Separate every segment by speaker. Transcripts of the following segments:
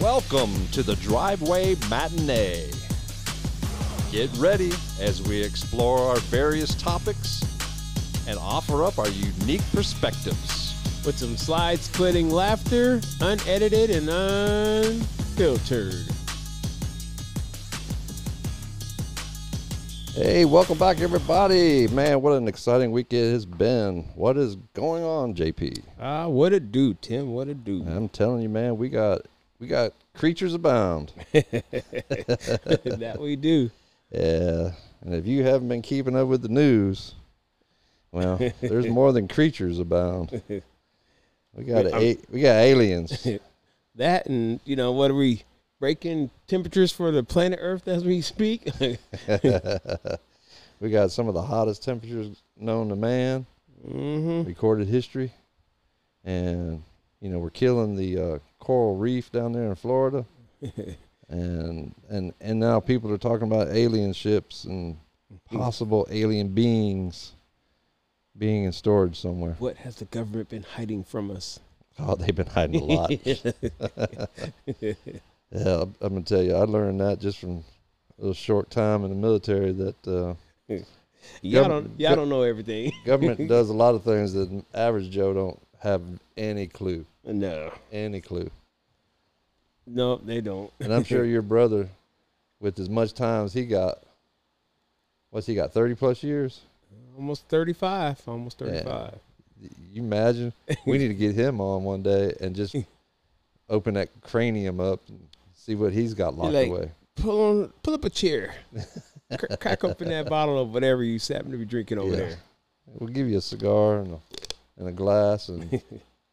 Speaker 1: Welcome to the Driveway Matinee. Get ready as we explore our various topics and offer up our unique perspectives.
Speaker 2: with some slide splitting laughter, unedited and unfiltered.
Speaker 1: Hey, welcome back, everybody. Man, what an exciting week it has been. What is going on, JP?
Speaker 2: Ah, what a do, Tim. What a do.
Speaker 1: I'm telling you, man, we got we got creatures abound.
Speaker 2: that we do.
Speaker 1: Yeah. And if you haven't been keeping up with the news, well, there's more than creatures abound. We got a, we got aliens.
Speaker 2: That and, you know, what are we breaking temperatures for the planet Earth as we speak?
Speaker 1: We got some of the hottest temperatures known to man,
Speaker 2: mm-hmm.
Speaker 1: recorded history. And you know, we're killing the uh, coral reef down there in Florida. And and and now people are talking about alien ships and possible alien beings being in storage somewhere.
Speaker 2: What has the government been hiding from us?
Speaker 1: Oh, they've been hiding a lot. Yeah, I'm I'm gonna tell you, I learned that just from a little short time in the military that uh,
Speaker 2: Y'all
Speaker 1: Gov-
Speaker 2: don't, y'all don't know everything.
Speaker 1: government does a lot of things that the average Joe don't have any clue,
Speaker 2: no.
Speaker 1: any clue.
Speaker 2: No, they don't.
Speaker 1: And I'm sure your brother, with as much time as he got, what's he got? Thirty plus years.
Speaker 2: Almost 35. Almost
Speaker 1: Yeah.
Speaker 2: 35.
Speaker 1: Y- You imagine? We need to get him on one day and just open that cranium up and see what he's got locked
Speaker 2: like-
Speaker 1: away.
Speaker 2: Pull, on, pull up a chair. Cr- crack open that bottle of whatever you happen to be drinking over
Speaker 1: Yeah.
Speaker 2: there.
Speaker 1: We'll give you a cigar and a, and a glass, and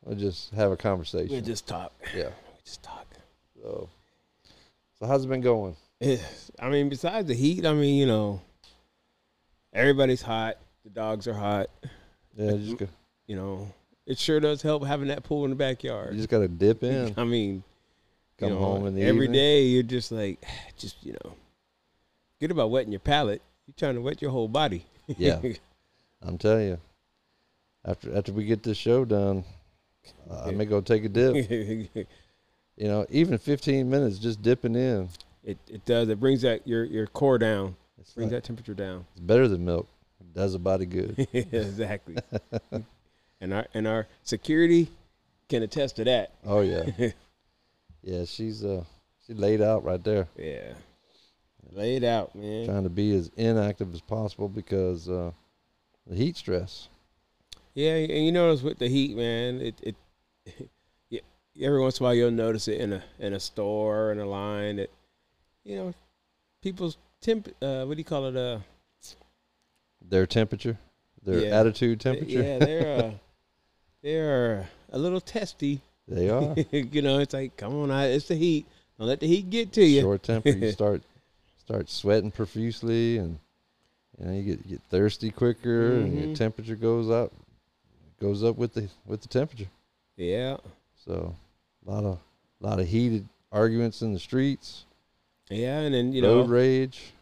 Speaker 1: we'll just have a conversation.
Speaker 2: We'll just talk.
Speaker 1: yeah.
Speaker 2: Just talk.
Speaker 1: So, so how's it been going?
Speaker 2: Yes. I mean, besides the heat, I mean, you know, everybody's hot. The dogs are hot.
Speaker 1: Yeah, you just go,
Speaker 2: You know, it sure does help having that pool in the
Speaker 1: you
Speaker 2: backyard.
Speaker 1: just gotta dip in,
Speaker 2: I mean, you
Speaker 1: come
Speaker 2: know,
Speaker 1: home in the
Speaker 2: every
Speaker 1: evening.
Speaker 2: day you're just like, just you know, get about wetting your palate. You're trying to wet your whole body.
Speaker 1: Yeah. I'm telling you, after after we get this show done, I may go take a dip.
Speaker 2: it
Speaker 1: You know, even 15 minutes just dipping in.
Speaker 2: it does. It brings that your your core down.
Speaker 1: It's,
Speaker 2: Brings
Speaker 1: like-
Speaker 2: that temperature down.
Speaker 1: it's better than milk. It does the body good.
Speaker 2: exactly. and our and our security can attest to that.
Speaker 1: Oh yeah, yeah. She's uh she laid out right there,
Speaker 2: Yeah. Lay it out, man.
Speaker 1: trying to be as inactive as possible because uh, the heat stress.
Speaker 2: Yeah, and you notice with the heat, man, it it yeah, every once in a while you'll notice it in a in a store in a line that you know people's temp uh what do you call it uh
Speaker 1: Their temperature, their
Speaker 2: Yeah.
Speaker 1: attitude temperature.
Speaker 2: yeah they're uh, they're a little testy.
Speaker 1: They are.
Speaker 2: you know, it's like come on, I, it's the heat. Don't let the heat get to you.
Speaker 1: short temper. You start start sweating profusely, and you know you get you get thirsty quicker, and your
Speaker 2: Mhm.
Speaker 1: temperature goes up, goes up with the with the temperature.
Speaker 2: Yeah,
Speaker 1: So a lot of lot of heated arguments in the streets,
Speaker 2: yeah, and then you
Speaker 1: road
Speaker 2: know
Speaker 1: rage.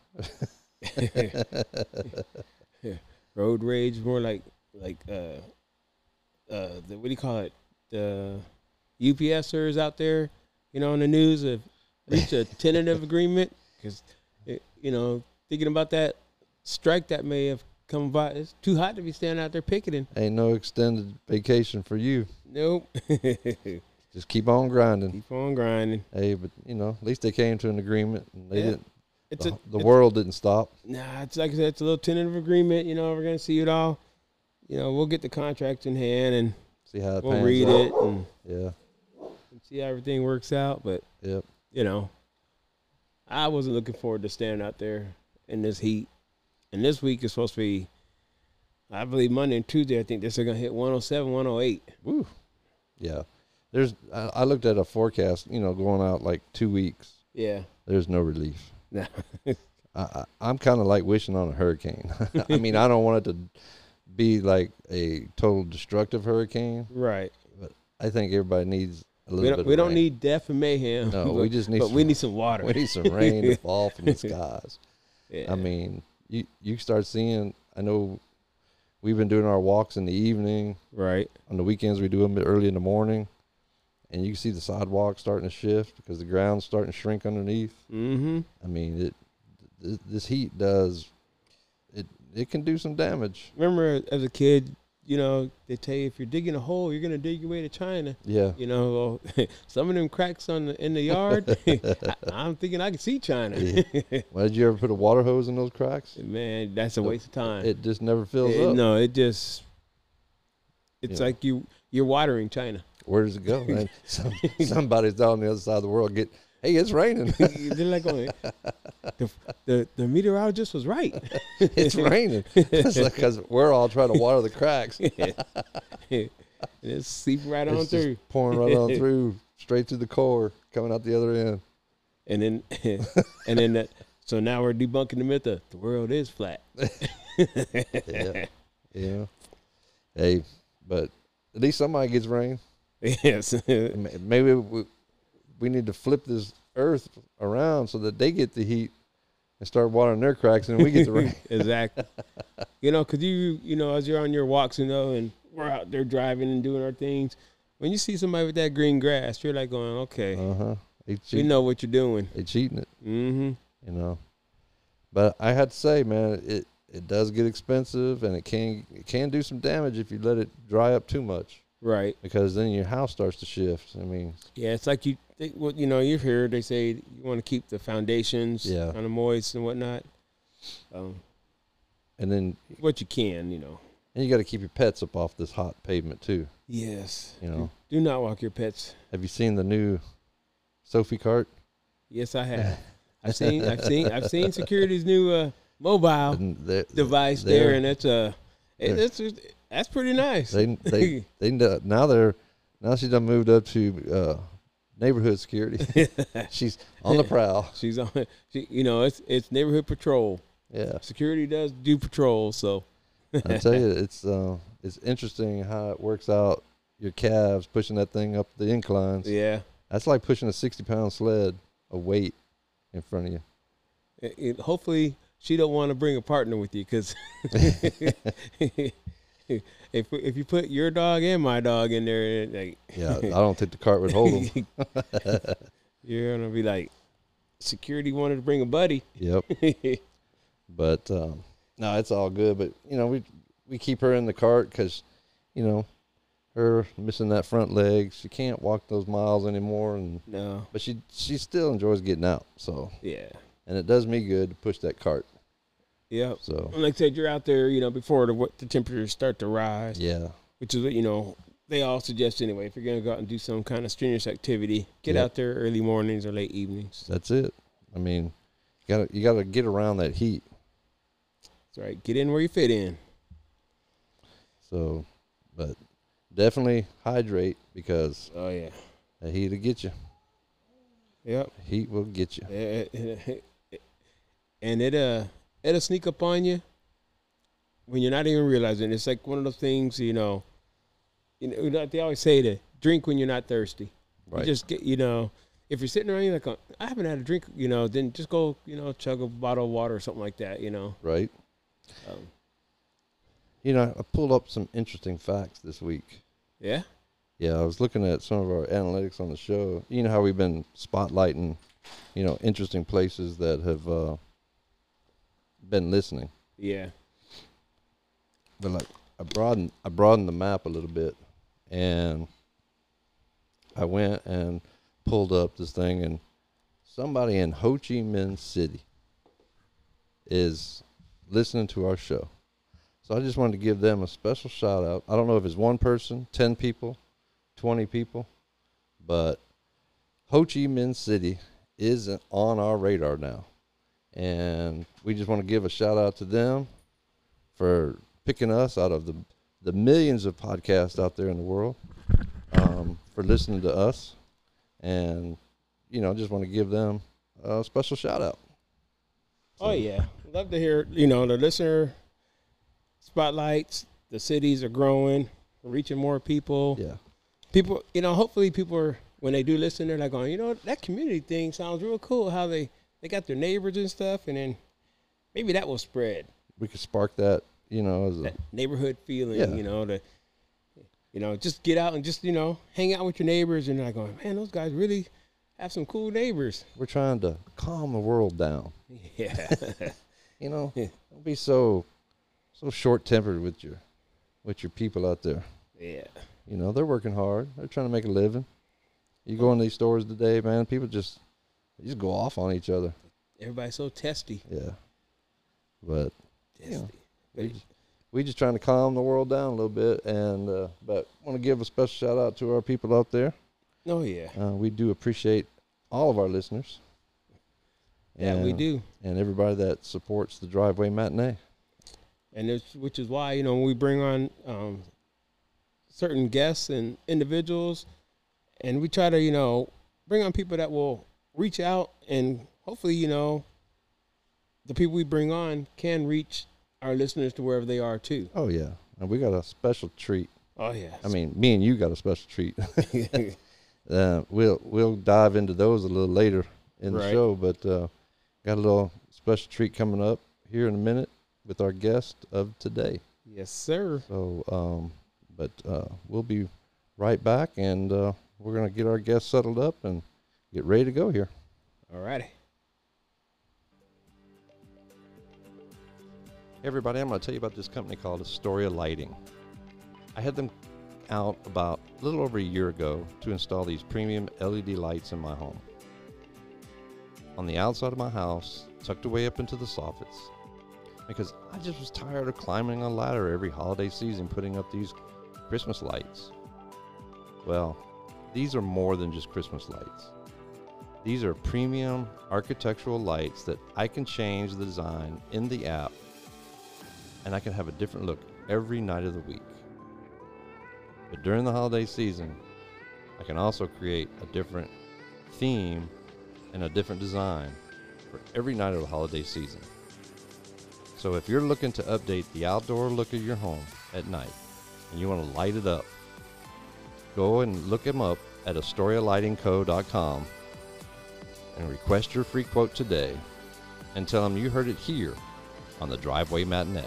Speaker 2: road rage more like like uh uh the, what do you call it the UPSers out there you know on the news have reached a tentative agreement because you know thinking about that strike that may have come by it's too hot to be standing out there picketing
Speaker 1: Ain't no extended vacation for you.
Speaker 2: nope keep
Speaker 1: Just keep on grinding.
Speaker 2: on grinding
Speaker 1: Hey, but you know, at least they came to an agreement. And they
Speaker 2: Yeah.
Speaker 1: didn't.
Speaker 2: it's
Speaker 1: The,
Speaker 2: a
Speaker 1: the
Speaker 2: it's-
Speaker 1: world didn't stop.
Speaker 2: nah it's like I said it's a little tentative agreement you know we're gonna see it all you know we'll get the contracts in hand and
Speaker 1: See how it
Speaker 2: we'll
Speaker 1: pans
Speaker 2: read
Speaker 1: out.
Speaker 2: it and
Speaker 1: Yeah.
Speaker 2: see how everything works out but
Speaker 1: Yep.
Speaker 2: you know, I wasn't looking forward to standing out there in this heat. And this week is supposed to be, I believe, Monday and Tuesday. I think they're going to hit 107, 108.
Speaker 1: Woo. Yeah. There's I, I looked at a forecast, you know, going out like two weeks.
Speaker 2: Yeah.
Speaker 1: There's no relief.
Speaker 2: Nah.
Speaker 1: I, I I'm kinda like wishing on a hurricane. I mean, I don't want it to be like a total destructive hurricane.
Speaker 2: right.
Speaker 1: I think everybody needs a little
Speaker 2: We
Speaker 1: bit
Speaker 2: don't,
Speaker 1: of
Speaker 2: we don't
Speaker 1: rain.
Speaker 2: need death and mayhem.
Speaker 1: No,
Speaker 2: but,
Speaker 1: we just need
Speaker 2: But
Speaker 1: some-
Speaker 2: we need some water.
Speaker 1: we need some rain to fall from the skies.
Speaker 2: yeah.
Speaker 1: I mean, you you start seeing I know we've been doing our walks in the evening.
Speaker 2: right.
Speaker 1: On the weekends we do them early in the morning. and you can see the sidewalk starting to shift because the ground's starting to shrink underneath.
Speaker 2: Mm-hmm.
Speaker 1: I mean, it th- this heat does it it can do some damage.
Speaker 2: Remember, as a kid, you know, they tell you if you're digging a hole, you're gonna dig your way to China.
Speaker 1: Yeah.
Speaker 2: You know, well, some of them cracks on the, in the yard. I, I'm thinking I can see China.
Speaker 1: Well, did you ever put a water hose in those cracks?
Speaker 2: Man, that's a
Speaker 1: Nope.
Speaker 2: waste of time.
Speaker 1: It just never fills
Speaker 2: It-
Speaker 1: up.
Speaker 2: Eh, no, it just it's
Speaker 1: Yeah.
Speaker 2: like you you're watering China.
Speaker 1: Where does it go, man? Some, somebody's on the other side of the world. Get hey, it's raining.
Speaker 2: They're like, going, the, the the meteorologist was right.
Speaker 1: it's raining. It's like because we're all trying to water the cracks.
Speaker 2: and it's seeping right on
Speaker 1: It's just
Speaker 2: through.
Speaker 1: pouring right on through, straight through the core, coming out the other end.
Speaker 2: And then and then that, so now we're debunking the myth of the world is flat.
Speaker 1: Yeah, yeah. Hey, but at least somebody gets rain.
Speaker 2: yes.
Speaker 1: M- Maybe we, we need to flip this Earth around so that they get the heat and start watering their cracks, and we get the rain.
Speaker 2: exactly. You know, because you, you know, as you're on your walks, you know, and we're out there driving and doing our things, when you see somebody with that green grass, you're like going, okay,
Speaker 1: Uh huh. They
Speaker 2: we
Speaker 1: cheat,
Speaker 2: know what you're doing.
Speaker 1: they cheating it,
Speaker 2: Mm-hmm.
Speaker 1: you know. But I had to say, man, it it does get expensive, and it can it can do some damage if you let it dry up too much,
Speaker 2: Right.
Speaker 1: because then your house starts to shift. I mean,
Speaker 2: Yeah, it's like you, think, well, you know, you've heard they say you want to keep the foundations
Speaker 1: Yeah.
Speaker 2: kind of moist and whatnot. Um,
Speaker 1: and then
Speaker 2: what you can, you know.
Speaker 1: and you got to keep your pets up off this hot pavement too.
Speaker 2: Yes.
Speaker 1: You know,
Speaker 2: Do not walk your pets.
Speaker 1: have you seen the new Sophie cart?
Speaker 2: Yes, I have. I've seen, I've seen, I've seen security's new uh, mobile
Speaker 1: And they're-
Speaker 2: device
Speaker 1: they're-
Speaker 2: there, and it's uh, it,
Speaker 1: they're-
Speaker 2: it's that's pretty nice.
Speaker 1: they they they kn- now they're now she's done moved up to uh, neighborhood security. she's on the prowl.
Speaker 2: She's on. She, you know, it's it's neighborhood patrol.
Speaker 1: Yeah,
Speaker 2: Security does do patrol, so
Speaker 1: I tell you, it's uh, it's interesting how it works out. Your calves pushing that thing up the inclines.
Speaker 2: yeah,
Speaker 1: That's like pushing a sixty pound sled of weight in front of you.
Speaker 2: It- it- hopefully, she don't want to bring a partner with you because if if you put your dog and my dog in there, it, like
Speaker 1: Yeah, I don't think the cart would hold them.
Speaker 2: you're gonna be like, security wanted to bring a buddy.
Speaker 1: Yep. But um, no, it's all good. But you know, we we keep her in the cart because, you know, her missing that front leg, she can't walk those miles anymore, and
Speaker 2: no,
Speaker 1: but she she still enjoys getting out. So
Speaker 2: yeah,
Speaker 1: and it does me good to push that cart.
Speaker 2: yep.
Speaker 1: So
Speaker 2: Like I said, you're out there, you know, before the wa- the temperatures start to rise.
Speaker 1: yeah,
Speaker 2: which is what you know they all suggest anyway. If you're gonna go out and do some kind of strenuous activity, get
Speaker 1: Yep.
Speaker 2: out there early mornings or late evenings.
Speaker 1: that's it. I mean, you gotta you gotta get around that heat.
Speaker 2: That's right. Get in where you fit in.
Speaker 1: So, but definitely hydrate because
Speaker 2: Oh yeah.
Speaker 1: the heat will get you.
Speaker 2: Yep.
Speaker 1: Heat will get you.
Speaker 2: And it uh it'll sneak up on you when you're not even realizing. It's like one of those things, you know. You know, like they always say to drink when you're not thirsty. You
Speaker 1: Right.
Speaker 2: just get, you know, if you're sitting around, you're like, I haven't had a drink, you know, then just go, you know, chug a bottle of water or something like that, you know.
Speaker 1: right.
Speaker 2: Um,
Speaker 1: You know, I pulled up some interesting facts this week.
Speaker 2: yeah.
Speaker 1: Yeah, I was looking at some of our analytics on the show. You know how we've been spotlighting, you know, interesting places that have uh, been listening.
Speaker 2: Yeah.
Speaker 1: But like, I broadened I broadened the map a little bit, and I went and pulled up this thing, and somebody in Ho Chi Minh City is listening to our show. So I just wanted to give them a special shout out. I don't know if it's one person, ten people, twenty people, but Ho Chi Minh City is on our radar now, and we just want to give a shout out to them for picking us out of the the millions of podcasts out there in the world um, for listening to us, and you know, just want to give them a special shout out.
Speaker 2: Oh yeah, love to hear. You know, the listener spotlights. The cities are growing, we're reaching more people.
Speaker 1: Yeah,
Speaker 2: People, you know, hopefully people are when they do listen, they're like, going, you know, that community thing sounds real cool. How they they got their neighbors and stuff, and then maybe that will spread
Speaker 1: we could spark that. You know, as a,
Speaker 2: that neighborhood feeling.
Speaker 1: Yeah.
Speaker 2: You know, the you You know, just get out and just you know hang out with your neighbors, and you're like going, man, those guys really have some cool neighbors.
Speaker 1: We're trying to calm the world down.
Speaker 2: Yeah,
Speaker 1: You know,
Speaker 2: Yeah.
Speaker 1: don't be so so short tempered with your with your people out there.
Speaker 2: yeah,
Speaker 1: You know, they're working hard. They're trying to make a living. You go in these stores today, man. People just they just go off on each other.
Speaker 2: everybody's so testy.
Speaker 1: Yeah. But Yeah.
Speaker 2: testy.
Speaker 1: we just, we just trying to calm the world down a little bit, and uh, but want to give a special shout out to our people out there.
Speaker 2: Oh yeah,
Speaker 1: Uh, we do appreciate all of our listeners.
Speaker 2: yeah, we
Speaker 1: And-
Speaker 2: do.
Speaker 1: and everybody that supports the driveway matinee.
Speaker 2: and it's, which is why you know when we bring on um, certain guests and individuals, and we try to you know bring on people that will reach out and hopefully you know the people we bring on can reach our listeners to wherever they are too.
Speaker 1: Oh yeah, and we got a special treat.
Speaker 2: Oh yeah,
Speaker 1: I mean, me and you got a special treat. uh, we'll we'll dive into those a little later in the
Speaker 2: Right.
Speaker 1: show, but uh, got a little special treat coming up here in a minute with our guest of today.
Speaker 2: yes sir.
Speaker 1: So, um, but uh, we'll be right back, and uh, we're gonna get our guest settled up and get ready to go here.
Speaker 2: All righty.
Speaker 1: Hey everybody, I'm going to tell you about this company called Astoria Lighting. I had them out about a little over a year ago to install these premium LED lights in my home. On the outside of my house, tucked away up into the soffits, because I just was tired of climbing a ladder every holiday season putting up these Christmas lights. Well, these are more than just Christmas lights. These are premium architectural lights that I can change the design in the app and I can have a different look every night of the week. But during the holiday season, I can also create a different theme and a different design for every night of the holiday season. So if you're looking to update the outdoor look of your home at night and you want to light it up, go and look them up at astorialightingco.com and request your free quote today and tell them you heard it here on the Driveway Matinee.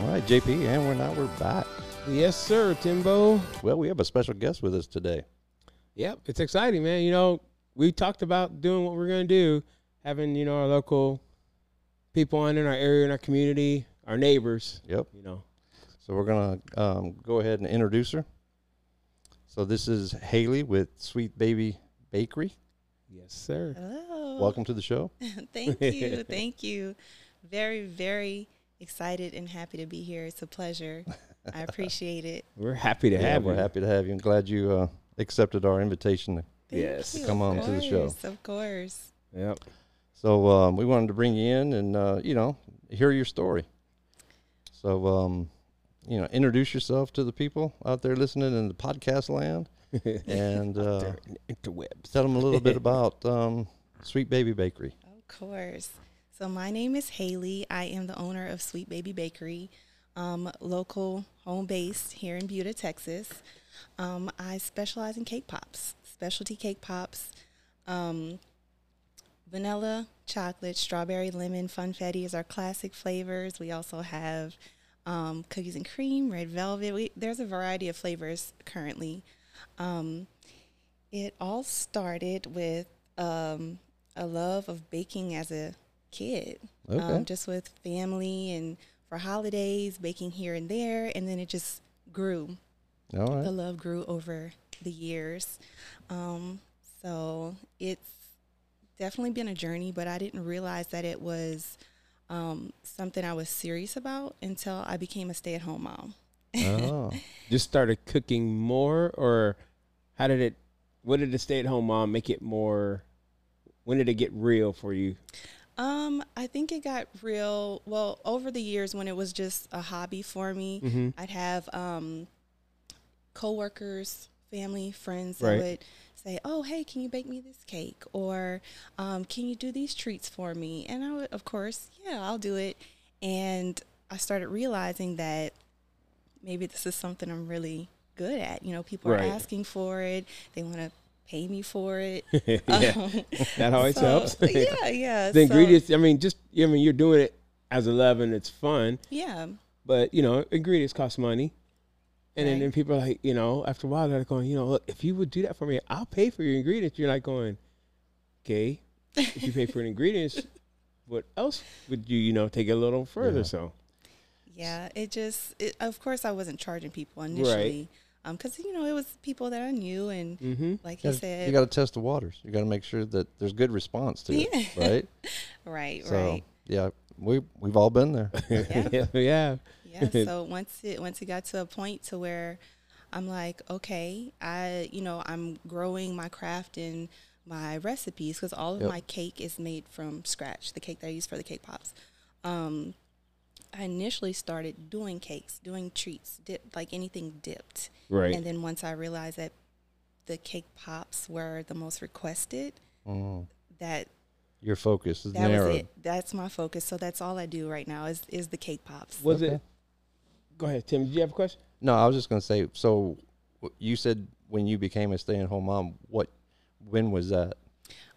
Speaker 1: All right, JP, and we're now we're back.
Speaker 2: Yes sir, Timbo.
Speaker 1: Well, we have a special guest with us today.
Speaker 2: Yep, it's exciting, man. You know, we talked about doing what we're gonna do, having you know our local people on in our area, in our community, our neighbors.
Speaker 1: Yep.
Speaker 2: You know,
Speaker 1: So we're gonna um, go ahead and introduce her. So this is Haley with Sweet Baby Bakery.
Speaker 2: yes, sir.
Speaker 3: Hello.
Speaker 1: Welcome to the show.
Speaker 3: Oh, thank you. Thank you. Very, very excited and happy to be here. It's a pleasure. I appreciate it.
Speaker 2: We're happy to
Speaker 1: Yeah,
Speaker 2: have
Speaker 1: we're
Speaker 2: you.
Speaker 1: happy to have you. and glad you uh, accepted our invitation.
Speaker 3: Thank
Speaker 2: Yes.
Speaker 3: you,
Speaker 1: Come
Speaker 3: of
Speaker 1: on to the show.
Speaker 3: course, Of course.
Speaker 2: Yep.
Speaker 1: So um, we wanted to bring you in and uh, you know hear your story. So um, you know introduce yourself to the people out there listening in the podcast land, and uh,
Speaker 2: They're in- interwebs.
Speaker 1: tell them a little bit about um, Sweet Baby Bakery.
Speaker 3: Of course. So my name is Haley. I am the owner of Sweet Baby Bakery, um, local home based here in Buda, Texas. Um, I specialize in cake pops, specialty cake pops, um, vanilla, chocolate, strawberry, lemon, funfetti is our classic flavors. We also have um, cookies and cream, red velvet. We, there's a variety of flavors currently. Um, it all started with um, a love of baking as a kid,
Speaker 1: Okay.
Speaker 3: um, just with family and for holidays, baking here and there, and then it just grew.
Speaker 1: All
Speaker 3: The
Speaker 1: right.
Speaker 3: love grew over the years, um, so it's definitely been a journey. But I didn't realize that it was um, something I was serious about until I became a stay-at-home mom.
Speaker 1: Oh.
Speaker 2: Just started cooking more, or how did it? What did the stay-at-home mom make it more? When did it get real for you?
Speaker 3: Um, I think it got real. Well, over the years, when it was just a hobby for me,
Speaker 1: Mm-hmm.
Speaker 3: I'd have um, coworkers, family, friends
Speaker 2: Right.
Speaker 3: that would say, "Oh, hey, can you bake me this cake?" or um, "Can you do these treats for me?" And I would, of course, yeah, I'll do it. And I started realizing that maybe this is something I'm really good at. You know, people
Speaker 2: Right.
Speaker 3: are asking for it. They want to pay me for it.
Speaker 2: yeah,
Speaker 3: Um,
Speaker 2: that always
Speaker 3: so,
Speaker 2: helps.
Speaker 3: yeah, yeah.
Speaker 2: the
Speaker 3: so-
Speaker 2: ingredients. I mean, just I mean, you're doing it as a love and it's fun,
Speaker 3: Yeah.
Speaker 2: but you know, ingredients cost money. And then,
Speaker 3: Right.
Speaker 2: then people are like, you know, after a while, they're going, you know, look, if you would do that for me, I'll pay for your ingredients. You're like going, okay, if you pay for the ingredients, what else would you, you know, take it a little further?
Speaker 1: Yeah.
Speaker 2: So,
Speaker 3: Yeah, it just, it, of course, I wasn't charging people initially. Um, 'cause because, you know, it was people that I knew. And
Speaker 2: mm-hmm.
Speaker 3: like
Speaker 1: You
Speaker 3: you
Speaker 1: gotta-
Speaker 3: said,
Speaker 1: you got to test the waters. You got to make sure that there's good response to it,
Speaker 3: Yeah.
Speaker 1: right?
Speaker 3: right,
Speaker 1: So
Speaker 3: right.
Speaker 1: yeah, we we've all been there.
Speaker 3: Yeah.
Speaker 2: yeah, yeah,
Speaker 3: yeah so once it once it got to a point to where i'm like okay i you know i'm growing my craft and my recipes because all of
Speaker 1: Yep.
Speaker 3: my cake is made from scratch the cake that i use for the cake pops um i initially started doing cakes doing treats dip like anything dipped
Speaker 2: right.
Speaker 3: and then once i realized that the cake pops were the most requested
Speaker 1: Mm.
Speaker 3: that
Speaker 1: Your focus is
Speaker 3: that
Speaker 1: narrow.
Speaker 3: was it that's my focus so that's all i do right now is is the cake pops
Speaker 2: was
Speaker 1: Okay.
Speaker 2: it? Go ahead, Tim. Did you have a question?
Speaker 1: No, I was just gonna say. So w- you said when you became a stay-at-home mom, what? When was that?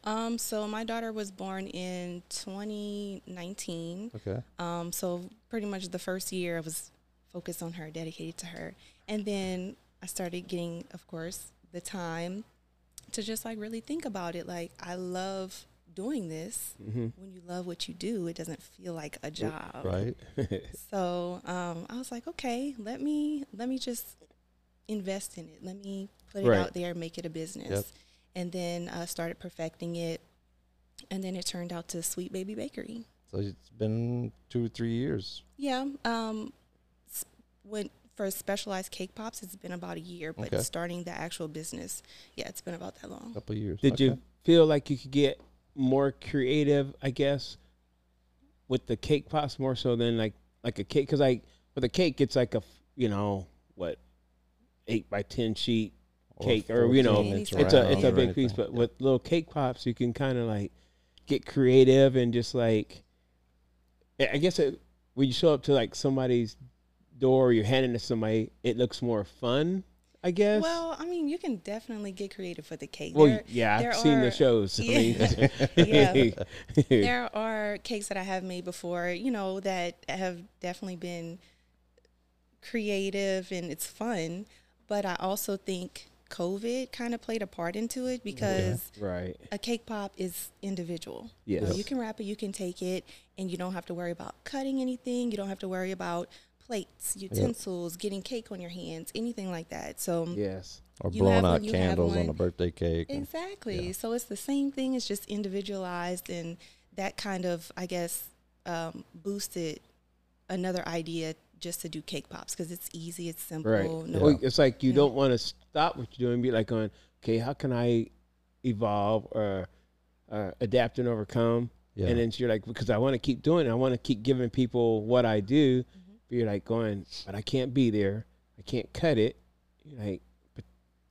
Speaker 3: Um, so my daughter was born in 2019.
Speaker 1: Okay.
Speaker 3: Um, so pretty much the first year I was focused on her, dedicated to her. And then I started getting, of course, the time to just like really think about it. Like I love doing this. When you love what you do, it doesn't feel like a job.
Speaker 1: Mm-hmm. Right.
Speaker 3: So um, I was like, okay, let me let me just invest in it. Let me put it
Speaker 2: Right.
Speaker 3: out there, make it a business,
Speaker 1: Yep.
Speaker 3: and then uh, started perfecting it. And then it turned out to Sweet Baby Bakery.
Speaker 1: So it's been two or three years.
Speaker 3: Yeah. Um, s- when for specialized cake pops, it's been about a year, but
Speaker 1: Okay.
Speaker 3: starting the actual business, yeah, it's been about that long.
Speaker 1: couple years.
Speaker 2: Did
Speaker 1: Okay.
Speaker 2: you feel like you could get more creative, I guess, with the cake pops more so than like like a cake? Because like with a cake, it's like a f- you know what eight by ten sheet cake, or, you know,
Speaker 1: 14 inch
Speaker 3: Right.
Speaker 2: it's a
Speaker 1: round
Speaker 2: it's a
Speaker 1: or
Speaker 2: big piece,
Speaker 1: anything.
Speaker 2: but
Speaker 1: Yeah.
Speaker 2: with little cake pops, you can kind of like get creative and just like, I I guess it, when you show up to like somebody's door, or you're handing it to somebody, it looks more fun, I guess.
Speaker 3: Well, I mean, you can definitely get creative with the cake.
Speaker 2: Well,
Speaker 3: There-
Speaker 2: yeah, I've
Speaker 3: there
Speaker 2: seen the
Speaker 3: are-
Speaker 2: shows. I mean,
Speaker 3: yeah. there are cakes that I have made before, you know, that have definitely been creative and it's fun. But I also think COVID kind of played a part into it because
Speaker 2: right.
Speaker 3: a cake pop is individual. You
Speaker 2: Yes.
Speaker 3: know, You can wrap it, you can take it, and you don't have to worry about cutting anything. You don't have to worry about plates, utensils, getting cake on your hands, anything like that. So
Speaker 2: Yes.
Speaker 1: Or
Speaker 3: you
Speaker 1: blowing
Speaker 3: have one,
Speaker 1: out
Speaker 3: you have
Speaker 1: candles on
Speaker 3: one.
Speaker 1: a birthday cake. and-
Speaker 3: Exactly.
Speaker 1: Yeah.
Speaker 3: So it's the same thing. It's just individualized, and that kind of, I guess, um, boosted another idea just to do cake pops because it's easy, it's simple.
Speaker 2: Right.
Speaker 3: No,
Speaker 2: Well, It's like you
Speaker 3: Yeah.
Speaker 2: don't want to stop what you're doing. Be like going, okay, how can I evolve or uh, adapt and overcome?
Speaker 1: Yeah.
Speaker 2: And then you're like, because I want to keep doing it. I want to keep giving people what I do.
Speaker 3: Mm-hmm.
Speaker 2: But you're like going, but I can't be there. I can't cut it. You're like, but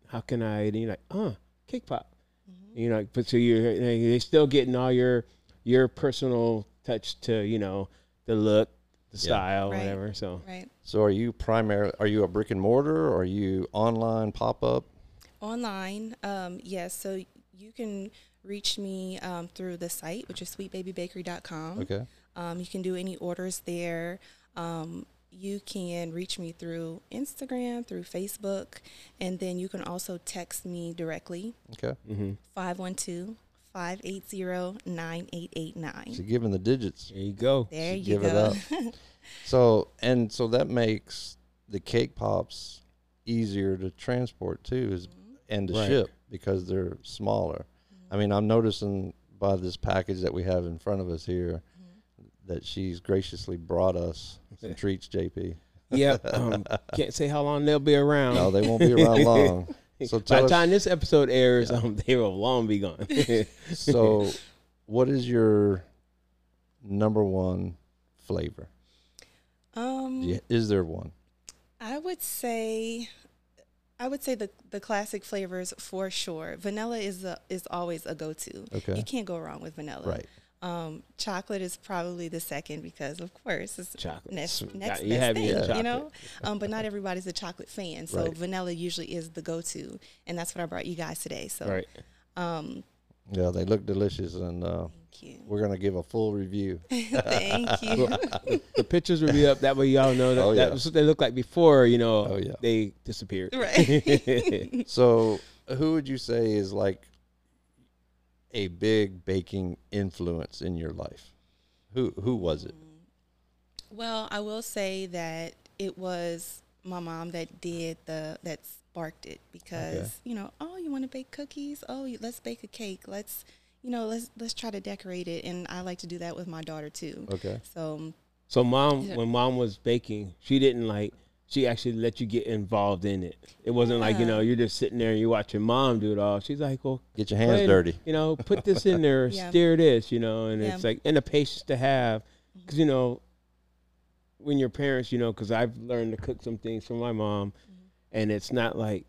Speaker 2: how can I? And you're like, uh, cake pop.
Speaker 3: Mm-hmm.
Speaker 2: You know, but so you're you're still getting all your your personal touch to you know the look, the
Speaker 1: Yeah.
Speaker 2: style,
Speaker 3: Right.
Speaker 2: whatever. So
Speaker 3: Right.
Speaker 1: So are you primary? Are you a brick and mortar? Or are you online pop up?
Speaker 3: Mm-hmm. Online, um, yes. so you can reach me um, through the site, which is sweetbabybakery.com.
Speaker 1: Okay.
Speaker 3: Um, you can do any orders there. Um, you can reach me through Instagram, through Facebook, and then you can also text me directly.
Speaker 1: Okay.
Speaker 3: 512-580-9889.
Speaker 1: So giving the digits.
Speaker 2: there you go.
Speaker 3: There
Speaker 1: should
Speaker 3: you
Speaker 1: give it
Speaker 3: go.
Speaker 1: So and so that makes the cake pops easier to transport too, is and to
Speaker 2: Right.
Speaker 1: ship because they're smaller. I mean, I'm noticing by this package that we have in front of us here that she's graciously brought us some treats, JP.
Speaker 2: Yep. Um, can't say how long they'll be around.
Speaker 1: No, they won't be around long. So
Speaker 2: By
Speaker 1: tell
Speaker 2: the
Speaker 1: us,
Speaker 2: time this episode airs, um, they will long be gone.
Speaker 1: so what is your number one flavor?
Speaker 3: um,
Speaker 1: Yeah, Is there one?
Speaker 3: I would say I would say the the classic flavors for sure. Vanilla is a, is always a go-to.
Speaker 1: Okay.
Speaker 3: You can't go wrong with vanilla.
Speaker 1: Right.
Speaker 3: Um, chocolate is probably the second because, of course, it's
Speaker 2: Chocolate.
Speaker 3: next,
Speaker 2: Sweet.
Speaker 3: next
Speaker 2: You
Speaker 3: best
Speaker 2: have
Speaker 3: thing,
Speaker 2: your
Speaker 3: you
Speaker 2: chocolate.
Speaker 3: know. Um, but not everybody's a chocolate fan, so
Speaker 1: Right.
Speaker 3: vanilla usually is the go-to, and that's what I brought you guys today. So,
Speaker 2: Right.
Speaker 3: um,
Speaker 1: Yeah, they look delicious, and uh,
Speaker 3: thank you,
Speaker 1: we're gonna give a full review.
Speaker 3: thank you.
Speaker 2: The pictures will be up. That way, y'all know that,
Speaker 1: Oh, yeah.
Speaker 2: that's what they look like before. You know,
Speaker 1: Oh, yeah.
Speaker 2: they disappeared.
Speaker 3: Right.
Speaker 1: so, who would you say is like a big baking influence in your life? Who who was it?
Speaker 3: Well, I will say that it was my mom that did the that sparked it because you know, oh, you want to bake cookies? Oh, you, let's bake a cake. Let's you know, let's let's try to decorate it, and I like to do that with my daughter too.
Speaker 1: Okay.
Speaker 3: So mm-hmm.
Speaker 2: So, mom,
Speaker 3: Yeah.
Speaker 2: when mom was baking, she didn't like. She actually let you get involved in it. It wasn't like you know you're just sitting there and you're watching mom do it all. She's like, well,
Speaker 1: Get your
Speaker 2: go
Speaker 1: hands
Speaker 2: ahead,
Speaker 1: dirty.
Speaker 2: You know, put this in there,
Speaker 3: Yeah.
Speaker 2: steer this, you know, and
Speaker 3: Yeah.
Speaker 2: it's like, and the patience to have. Because, you know, when your parents, you know, because I've learned to cook some things from my mom,
Speaker 3: Mm-hmm.
Speaker 2: and it's not like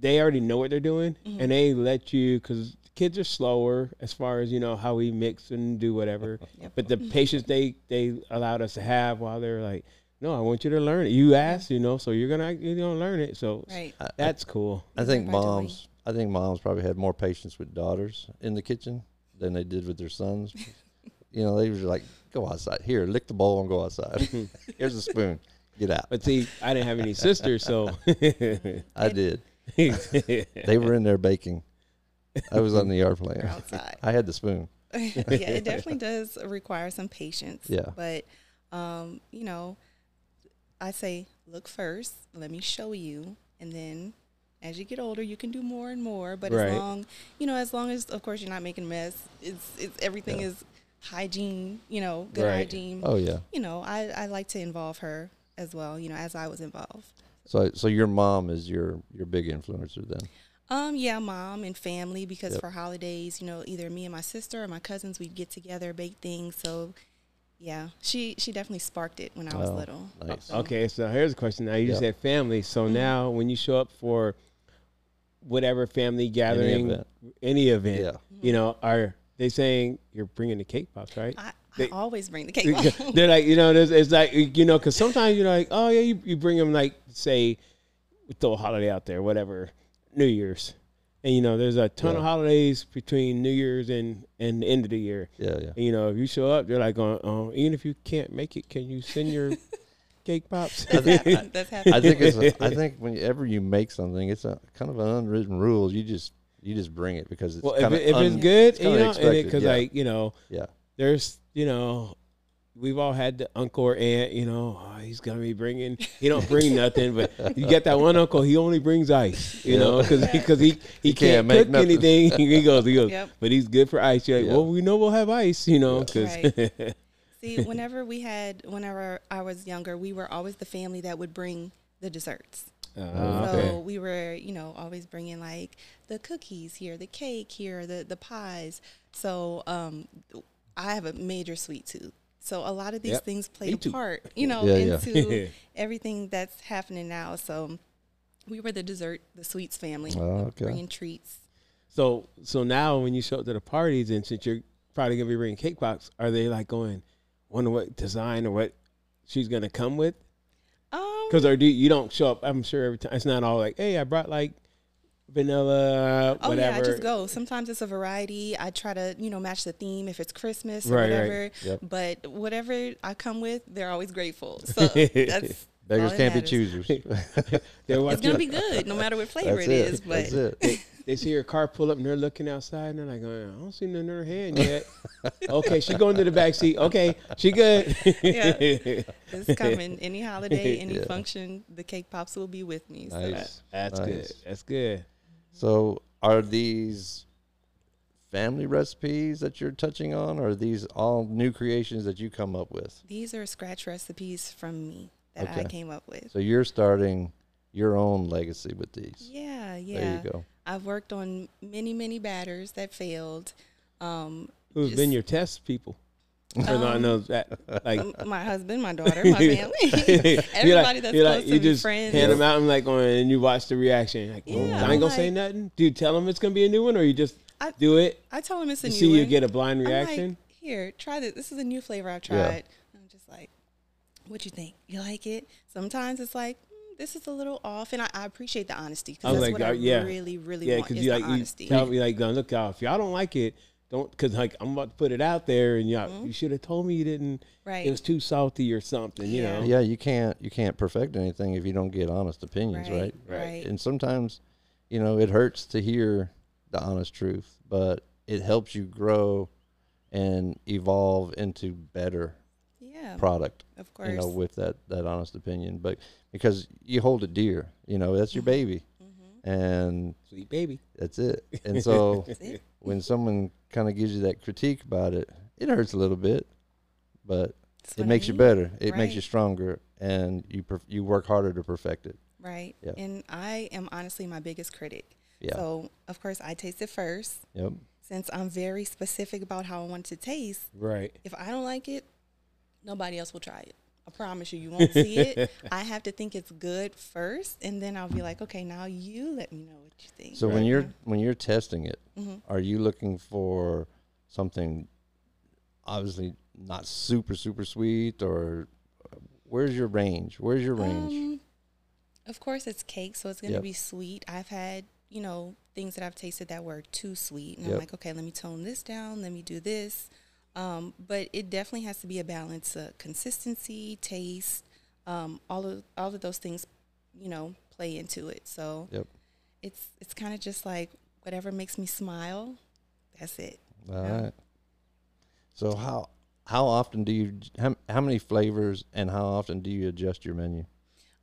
Speaker 2: they already know what they're doing,
Speaker 3: Mm-hmm.
Speaker 2: and they let you, because kids are slower as far as, you know, how we mix and do whatever.
Speaker 3: Yep.
Speaker 2: But the patience they, they allowed us to have while they're like, no, I want you to learn it. You asked, you know, so you're gonna you're gonna learn it. So
Speaker 3: right,
Speaker 1: I- I,
Speaker 2: that's cool.
Speaker 1: I think
Speaker 3: Right away.
Speaker 1: moms. I think moms probably had more patience with daughters in the kitchen than they did with their sons. you know, they were like, "Go outside. Here, lick the bowl and go outside. Here's a spoon. Get out."
Speaker 2: But see, I didn't have any sisters, so
Speaker 1: I did. They were in there baking. I was on the yard
Speaker 3: we're
Speaker 1: playing.
Speaker 3: outside.
Speaker 1: I had the spoon.
Speaker 3: yeah, it definitely does require some patience.
Speaker 1: Yeah.
Speaker 3: But, um, you know, I say look first. Let me show you, and then as you get older, you can do more and more. But
Speaker 2: Right.
Speaker 3: as long, you know, as long as of course you're not making a mess, it's it's everything is hygiene. You know, good
Speaker 2: Right.
Speaker 3: hygiene.
Speaker 1: Oh yeah.
Speaker 3: You know, I I like to involve her as well. You know, as I was involved.
Speaker 1: So so your mom is your your big influencer then.
Speaker 3: Um, yeah, mom and family because
Speaker 1: Yep.
Speaker 3: for holidays, you know, either me and my sister or my cousins, we'd get together, bake things. So, yeah, she she definitely sparked it when I was
Speaker 1: Wow.
Speaker 3: little.
Speaker 1: Oh, Nice.
Speaker 2: okay, so here's a question. Now you
Speaker 1: Yeah.
Speaker 2: said family, so
Speaker 3: Mm-hmm.
Speaker 2: now when you show up for whatever family gathering, any event,
Speaker 1: event.
Speaker 2: you know, are they saying you're bringing the cake pops, right?
Speaker 3: Mm-hmm. I,
Speaker 2: They-
Speaker 3: I always bring the cake. home.
Speaker 2: They're like, you know, there's, it's like you know, because sometimes you're like, oh yeah, you, you bring them like say, we throw a holiday out there, whatever, New Year's, and you know, there's a ton of
Speaker 1: Yeah.
Speaker 2: holidays between New Year's and and the end of the year.
Speaker 1: Yeah, yeah.
Speaker 2: You know, if you show up, they're like, uh, uh, even if you can't make it, can you send your cake pops?
Speaker 3: That's happened. That's happened.
Speaker 1: I think it's a, I think whenever you make something, it's a kind of an unwritten rule. You just you just bring it because it's
Speaker 2: well, if,
Speaker 1: kind
Speaker 2: it, if
Speaker 1: of un,
Speaker 2: it's good,
Speaker 1: it's
Speaker 2: you
Speaker 1: kinda
Speaker 2: know,
Speaker 1: expected,
Speaker 2: because
Speaker 1: yeah.
Speaker 2: like you know,
Speaker 1: yeah.
Speaker 2: there's you know, we've all had the uncle or aunt. You know, oh, he's gonna be bringing. He don't bring nothing, but you get that one uncle. He only brings ice. You
Speaker 1: Yeah.
Speaker 2: know, because because he, he can't,
Speaker 1: can't make
Speaker 2: cook
Speaker 1: nothing.
Speaker 2: anything. he goes, he goes,
Speaker 3: Yep.
Speaker 2: but he's good for ice. You're like,
Speaker 1: Yeah.
Speaker 2: well, we know we'll have ice. You know, because
Speaker 3: Yeah. See, whenever we had, whenever I was younger, we were always the family that would bring the desserts. So we were, you know, always bringing like the cookies here, the cake here, the the pies. So um, I have a major sweet tooth. So a lot of these
Speaker 2: Yep.
Speaker 3: things
Speaker 2: Me
Speaker 3: played
Speaker 2: too.
Speaker 3: a part, you know,
Speaker 1: Yeah, yeah.
Speaker 3: into everything that's happening now. So we were the dessert, the sweets family,
Speaker 1: Oh, okay.
Speaker 3: bringing treats.
Speaker 2: So so now when you show up to the parties and since you're probably gonna be bringing cake box, are they like going, wonder what design or what she's gonna come with?
Speaker 3: Um,
Speaker 2: Because or do you don't show up? I'm sure every time it's not all like, hey, I brought like vanilla,
Speaker 3: Oh
Speaker 2: whatever.
Speaker 3: yeah, I just go. Sometimes it's a variety. I try to, you know, match the theme if it's Christmas or
Speaker 2: Right, right.
Speaker 3: whatever.
Speaker 1: Yep.
Speaker 3: But whatever I come with, they're always grateful. So that's
Speaker 1: Beggars
Speaker 3: all it
Speaker 1: can't be
Speaker 3: matters.
Speaker 1: choosers.
Speaker 2: They're
Speaker 3: It's
Speaker 2: watching.
Speaker 3: gonna be good, no matter what flavor
Speaker 1: That's
Speaker 3: it is.
Speaker 1: it.
Speaker 3: But
Speaker 1: That's it.
Speaker 2: they see her car pull up and they're looking outside and they're like, oh, I don't see nothing in her hand yet. okay, she going to the back seat. Okay, she good.
Speaker 3: Yeah. it's coming. Any holiday, any
Speaker 1: Yeah.
Speaker 3: function, the cake pops will be with me. So
Speaker 1: Nice.
Speaker 2: That's good.
Speaker 1: Nice.
Speaker 2: That's good.
Speaker 1: So, are these family recipes that you're touching on, or are these all new creations that you come up with?
Speaker 3: these are scratch recipes from me that I
Speaker 1: Okay.
Speaker 3: came up with.
Speaker 1: So you're starting your own legacy with these.
Speaker 3: Yeah, yeah.
Speaker 1: There you go.
Speaker 3: I've worked on many, many batters that failed. Um,
Speaker 2: Who's
Speaker 3: Just- Oh.
Speaker 2: been your test people? Or not knows that like
Speaker 3: m- my husband, my daughter, my family,
Speaker 2: You're
Speaker 3: Um, everybody
Speaker 2: like-
Speaker 3: that's
Speaker 2: you're
Speaker 3: close
Speaker 2: like-
Speaker 3: to
Speaker 2: you
Speaker 3: me,
Speaker 2: just
Speaker 3: friends.
Speaker 2: hand them out and like on and you watch the reaction You're like
Speaker 3: Yeah,
Speaker 2: I ain't gonna
Speaker 3: I'm
Speaker 2: say
Speaker 3: like-
Speaker 2: nothing do you tell them it's gonna be a new one or you just
Speaker 3: I-
Speaker 2: do it.
Speaker 3: I told him it's a
Speaker 2: You
Speaker 3: new
Speaker 2: see
Speaker 3: one.
Speaker 2: you get a blind
Speaker 3: I'm like,
Speaker 2: reaction.
Speaker 3: Here, try this. This is a new flavor I've
Speaker 1: Yeah.
Speaker 3: tried. I'm just like, what you think? You like it? Sometimes it's like, mm, this is a little off, and I, I appreciate the honesty
Speaker 2: I
Speaker 3: because
Speaker 2: was
Speaker 3: that's
Speaker 2: like,
Speaker 3: what
Speaker 2: uh,
Speaker 3: I
Speaker 2: yeah.
Speaker 3: really, really
Speaker 2: yeah,
Speaker 3: want
Speaker 2: because
Speaker 3: is
Speaker 2: you
Speaker 3: the
Speaker 2: like
Speaker 3: honesty.
Speaker 2: you tell me like, "Now, look, y'all, if y'all don't like it, don't because like I'm about to put it out there, and y'all, you should have told me you didn't.
Speaker 3: Mm-hmm. Right.
Speaker 2: It was too salty or something, you
Speaker 3: Yeah.
Speaker 2: know.
Speaker 1: yeah, you can't you can't perfect anything if you don't get honest opinions, right?
Speaker 3: right,
Speaker 2: Right.
Speaker 3: right,
Speaker 1: And sometimes, you know, it hurts to hear the honest truth, but it helps you grow and evolve into better
Speaker 3: yeah,
Speaker 1: product.
Speaker 3: of course,
Speaker 1: You know, with that that honest opinion, but because you hold it dear, you know, that's your
Speaker 3: Mm-hmm.
Speaker 1: baby, and
Speaker 2: Sweet baby.
Speaker 1: that's it. And so
Speaker 3: That's it.
Speaker 1: when someone kind of gives you that critique about it, it hurts a little bit, but
Speaker 3: That's
Speaker 1: it
Speaker 3: what I
Speaker 1: makes you
Speaker 3: need.
Speaker 1: better. It makes you
Speaker 3: Right.
Speaker 1: stronger, and you perf- you work harder to perfect it.
Speaker 3: right?
Speaker 1: Yeah.
Speaker 3: And I am honestly my biggest critic.
Speaker 1: Yeah.
Speaker 3: So of course I taste it first,
Speaker 1: Yep.
Speaker 3: since I'm very specific about how I want it to taste.
Speaker 2: Right.
Speaker 3: If I don't like it, nobody else will try it. I promise you, you won't see it. I have to think it's good first, and then I'll be like, okay, now you let me know what you think.
Speaker 1: So when you're when you're testing it,
Speaker 3: Mm-hmm.
Speaker 1: are you looking for something obviously not super super sweet or where's your range? Where's your range?
Speaker 3: Um, of course, it's cake, so it's going to
Speaker 1: Yep.
Speaker 3: be sweet. I've had, you know, things that I've tasted that were too sweet. And
Speaker 1: Yep.
Speaker 3: I'm like, okay, let me tone this down. Let me do this. Um, but it definitely has to be a balance of consistency, taste, um, all of all of those things, you know, play into it. So
Speaker 1: yep.
Speaker 3: it's it's kind of just like whatever makes me smile. That's it.
Speaker 1: All right. So how how often do you how, how many flavors and how often do you adjust your menu?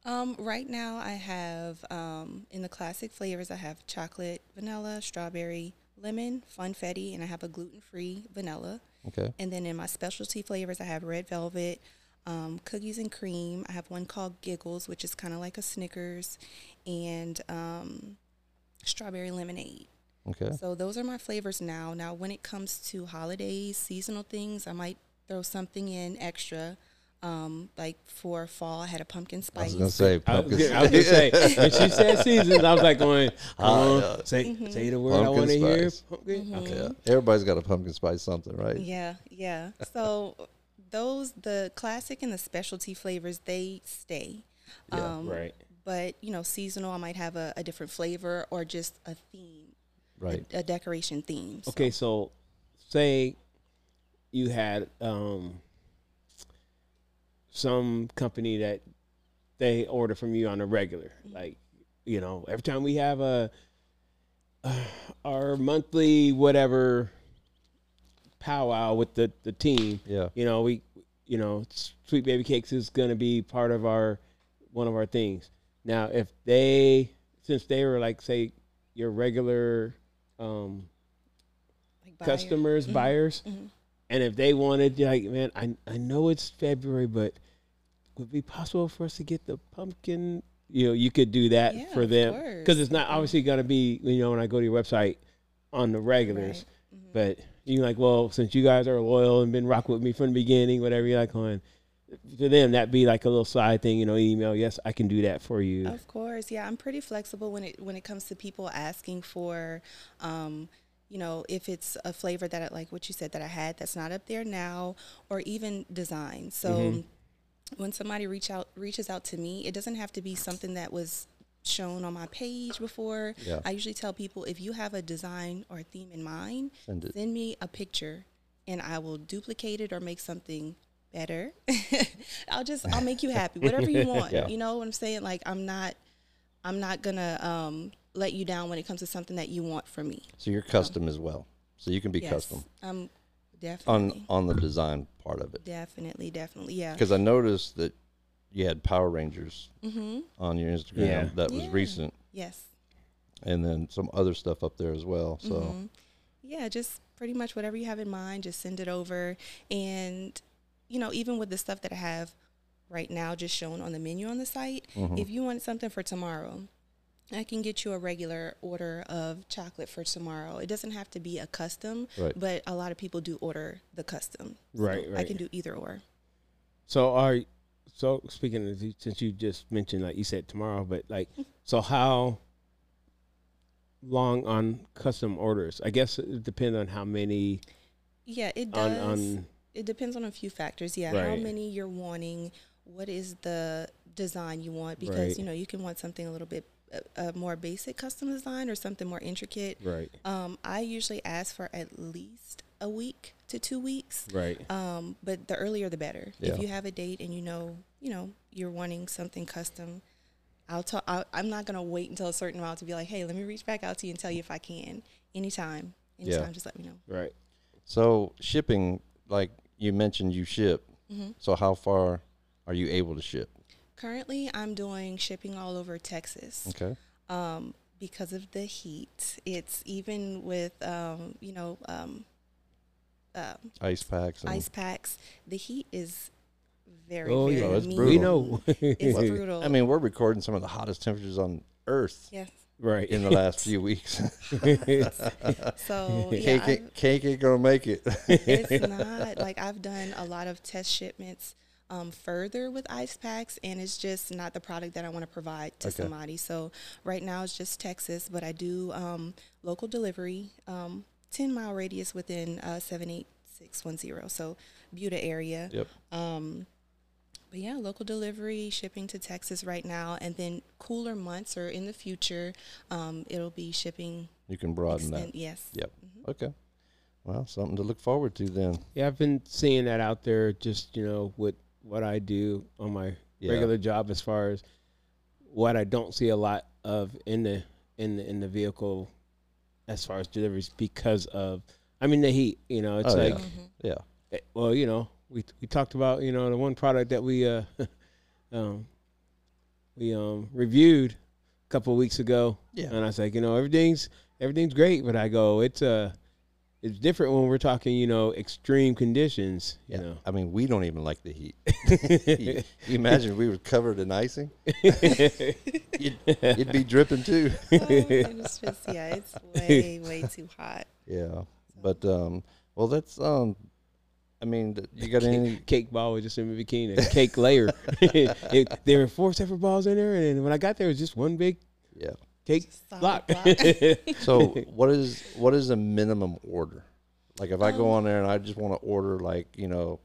Speaker 3: Um, right now, I have um, in the classic flavors, I have chocolate, vanilla, strawberry, lemon, funfetti, and I have a gluten free vanilla.
Speaker 1: Okay.
Speaker 3: And then in my specialty flavors, I have red velvet, um, cookies and cream. I have one called Giggles, which is kind of like a Snickers, and um, strawberry lemonade.
Speaker 1: Okay.
Speaker 3: So those are my flavors now. Now, when it comes to holidays, seasonal things, I might throw something in extra. Um, like for fall, I had a
Speaker 1: I
Speaker 3: pumpkin
Speaker 1: was
Speaker 3: spice.
Speaker 1: gonna say
Speaker 2: I was,
Speaker 1: pumpkin.
Speaker 2: gonna- I was gonna say when she said seasons, I was like going, "Come on, say say the word I want to
Speaker 1: Pumpkin
Speaker 2: hear."
Speaker 1: spice.
Speaker 2: Pumpkin.
Speaker 3: Mm-hmm.
Speaker 2: Okay.
Speaker 1: Yeah. Everybody's got a pumpkin spice something, right?
Speaker 3: Yeah, yeah. So those the classic and the specialty flavors they stay.
Speaker 1: Yeah,
Speaker 3: um,
Speaker 2: Right.
Speaker 3: But you know, seasonal I might have a, a different flavor or just a theme,
Speaker 1: Right.
Speaker 3: a decoration
Speaker 1: Oh,
Speaker 3: theme. So,
Speaker 2: Okay, so say you had um, some company that they order from you on a regular, like you know, every time we have a uh, our monthly whatever powwow with the the team,
Speaker 1: Yeah.
Speaker 2: you know, we you know, sweet baby cakes is going to be part of our one of our things. Now, if they since they were like say your regular um
Speaker 3: like buyer. Mm-hmm.
Speaker 2: customers, buyers, and if they wanted, like, man, I I know it's February, but would it be possible for us to get the pumpkin? You know, you could do that
Speaker 3: Yeah,
Speaker 2: for
Speaker 3: of
Speaker 2: them
Speaker 3: course. Mm-hmm.
Speaker 2: because it's not obviously going to be you know when I go to your website on the regulars,
Speaker 3: Mm-hmm.
Speaker 2: but you like, well, since you guys are loyal and been rock with me from the beginning, whatever you're like on. For them, that'd be like a little side thing, you know. Email, yes, I can do that for you.
Speaker 3: Of course, yeah. I'm pretty flexible when it when it comes to people asking for, um, you know, if it's a flavor that I, like what you said that I had that's not up there now, or even design. So when somebody reach out reaches out to me, it doesn't have to be something that was shown on my page before.
Speaker 1: Yeah.
Speaker 3: I usually tell people if you have a design or a theme in mind,
Speaker 1: Send it.
Speaker 3: send me a picture, and I will duplicate it or make something better. I'll just I'll make you happy. Whatever you want.
Speaker 1: Yeah.
Speaker 3: You know what I'm saying? Like I'm not I'm not gonna um, let you down when it comes to something that you want from me.
Speaker 1: So you're custom as well. So you can be
Speaker 3: Yes.
Speaker 1: custom
Speaker 3: Um definitely.
Speaker 1: on on the design part of it.
Speaker 3: definitely, definitely. Yeah.
Speaker 1: Because I noticed that you had Power Rangers on your Instagram.
Speaker 2: Yeah.
Speaker 1: That was
Speaker 3: Yeah.
Speaker 1: recent,
Speaker 3: Mm-hmm. Yes.
Speaker 1: and then some other stuff up there as well. So
Speaker 3: Mm-hmm. Yeah, just pretty much whatever you have in mind, just send it over. And, you know, even with the stuff that I have right now just shown on the menu on the site,
Speaker 2: Mm-hmm.
Speaker 3: if you want something for tomorrow, I can get you a regular order of chocolate for tomorrow. It doesn't have to be a custom,
Speaker 1: Right.
Speaker 3: but a lot of people do order the custom.
Speaker 2: Right,
Speaker 3: I
Speaker 2: right.
Speaker 3: can do either or.
Speaker 2: So are so speaking of since you just mentioned like you said tomorrow, but like so how long on custom orders? I guess it depends on how many
Speaker 3: Yeah, it
Speaker 2: on
Speaker 3: does.
Speaker 2: on
Speaker 3: it depends on a few factors. Yeah, how
Speaker 2: Right.
Speaker 3: many you're wanting, what is the design you want? Because
Speaker 2: Right.
Speaker 3: you know you can want something a little bit uh, uh, more basic custom design or something more intricate.
Speaker 2: right,
Speaker 3: Um, I usually ask for at least a week to two weeks.
Speaker 2: right,
Speaker 3: Um, but the earlier the better.
Speaker 1: Yeah.
Speaker 3: If you have a date and you know, you know, you're wanting something custom, I'll tell. I'll, I'm not gonna wait until a certain amount to be like, hey, let me reach back out to you and tell you if I can anytime.
Speaker 1: Yeah.
Speaker 3: Anytime, just let me know.
Speaker 2: right.
Speaker 1: So shipping, like you mentioned, you ship.
Speaker 3: Mm-hmm.
Speaker 1: So how far are you able to ship?
Speaker 3: Currently, I'm doing shipping all over Texas.
Speaker 1: Okay.
Speaker 3: um, because of the heat. It's even with um, you know um, um,
Speaker 1: Ice packs. And,
Speaker 3: ice packs. The heat is very
Speaker 2: Oh,
Speaker 3: very
Speaker 2: yeah.
Speaker 1: Oh, it's
Speaker 3: mean.
Speaker 1: brutal.
Speaker 2: We know,
Speaker 3: It's brutal.
Speaker 1: I mean, we're recording some of the hottest temperatures on Earth
Speaker 3: yes.
Speaker 2: right?
Speaker 1: in the last few weeks.
Speaker 3: So yeah,
Speaker 1: Cake,
Speaker 3: I've-
Speaker 1: ain't- cake ain't gonna make it.
Speaker 3: it's not like I've done a lot of test shipments. Um, further with ice packs, and it's just not the product that I want to provide to
Speaker 1: Okay.
Speaker 3: somebody. So right now it's just Texas, but I do um, local delivery, um, ten mile radius within uh, seven eight six one zero, so Buda area.
Speaker 1: yep.
Speaker 3: Um, but yeah, local delivery, shipping to Texas right now, and then cooler months or in the future, um, it'll be shipping.
Speaker 1: You can broaden
Speaker 3: extend-
Speaker 1: that.
Speaker 3: Yes.
Speaker 1: Yep. Okay. Well, something to look forward to then.
Speaker 2: Yeah, I've been seeing that out there. Just you know, with what I do on my
Speaker 1: Yeah.
Speaker 2: regular job, as far as what I don't see a lot of in the in the in the vehicle, as far as deliveries, because of I mean the heat. You know, it's
Speaker 1: Oh, yeah.
Speaker 2: like
Speaker 1: Yeah.
Speaker 2: eh, well, you know, we we talked about you know the one product that we uh um we um reviewed a couple of weeks ago,
Speaker 1: Yeah.
Speaker 2: and I was like, you know, everything's everything's great, but I go, it's uh it's different when we're talking, you know, extreme conditions. You
Speaker 1: Yeah.
Speaker 2: know,
Speaker 1: I mean, we don't even like the heat. you, you imagine we were covered in icing? you'd, you'd be dripping too.
Speaker 3: Oh, it's just yeah, it's way way too hot.
Speaker 1: Yeah. But um, well, that's um, I mean, th- you got any?
Speaker 2: cake ball was just in a bikini, a cake layer. It- there were four separate balls in there, and then when I got there, it was just one big
Speaker 1: Yeah.
Speaker 2: cake
Speaker 3: Solid
Speaker 2: block.
Speaker 1: So what is what is a minimum order? Like if I go on there and I just want to order like you know,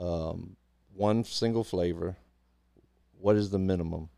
Speaker 1: um, one single flavor, what is the minimum?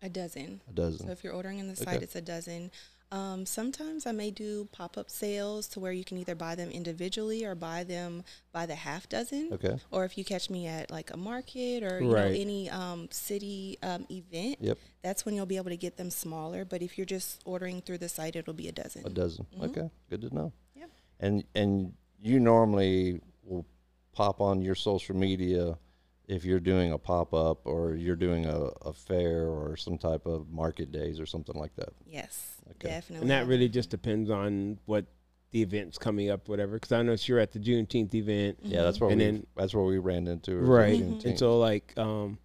Speaker 3: A dozen.
Speaker 1: A
Speaker 3: So
Speaker 1: dozen.
Speaker 3: if you're ordering in the site, it's a dozen. Um, sometimes I may do pop up sales to where you can either buy them individually or buy them by the half dozen.
Speaker 1: Okay.
Speaker 3: Or if you catch me at like a market or you
Speaker 2: Right.
Speaker 3: know, any um, city um, event,
Speaker 1: Yep.
Speaker 3: that's when you'll be able to get them smaller. But if you're just ordering through the site, it'll be a dozen.
Speaker 1: A dozen. Okay. Good to know.
Speaker 3: Yep.
Speaker 1: And and you normally will pop on your social media if you're doing a pop up or you're doing a, a fair or some type of market days or something like that.
Speaker 3: yes,
Speaker 1: Okay.
Speaker 3: definitely.
Speaker 2: And that really just depends on what the event's coming up, whatever. Because I know you're at the Juneteenth event,
Speaker 3: Mm-hmm.
Speaker 1: Yeah, that's what
Speaker 2: And
Speaker 1: we
Speaker 2: then-
Speaker 1: that's what we ran into. was
Speaker 2: right?
Speaker 1: Juneteenth.
Speaker 2: And so, like, um,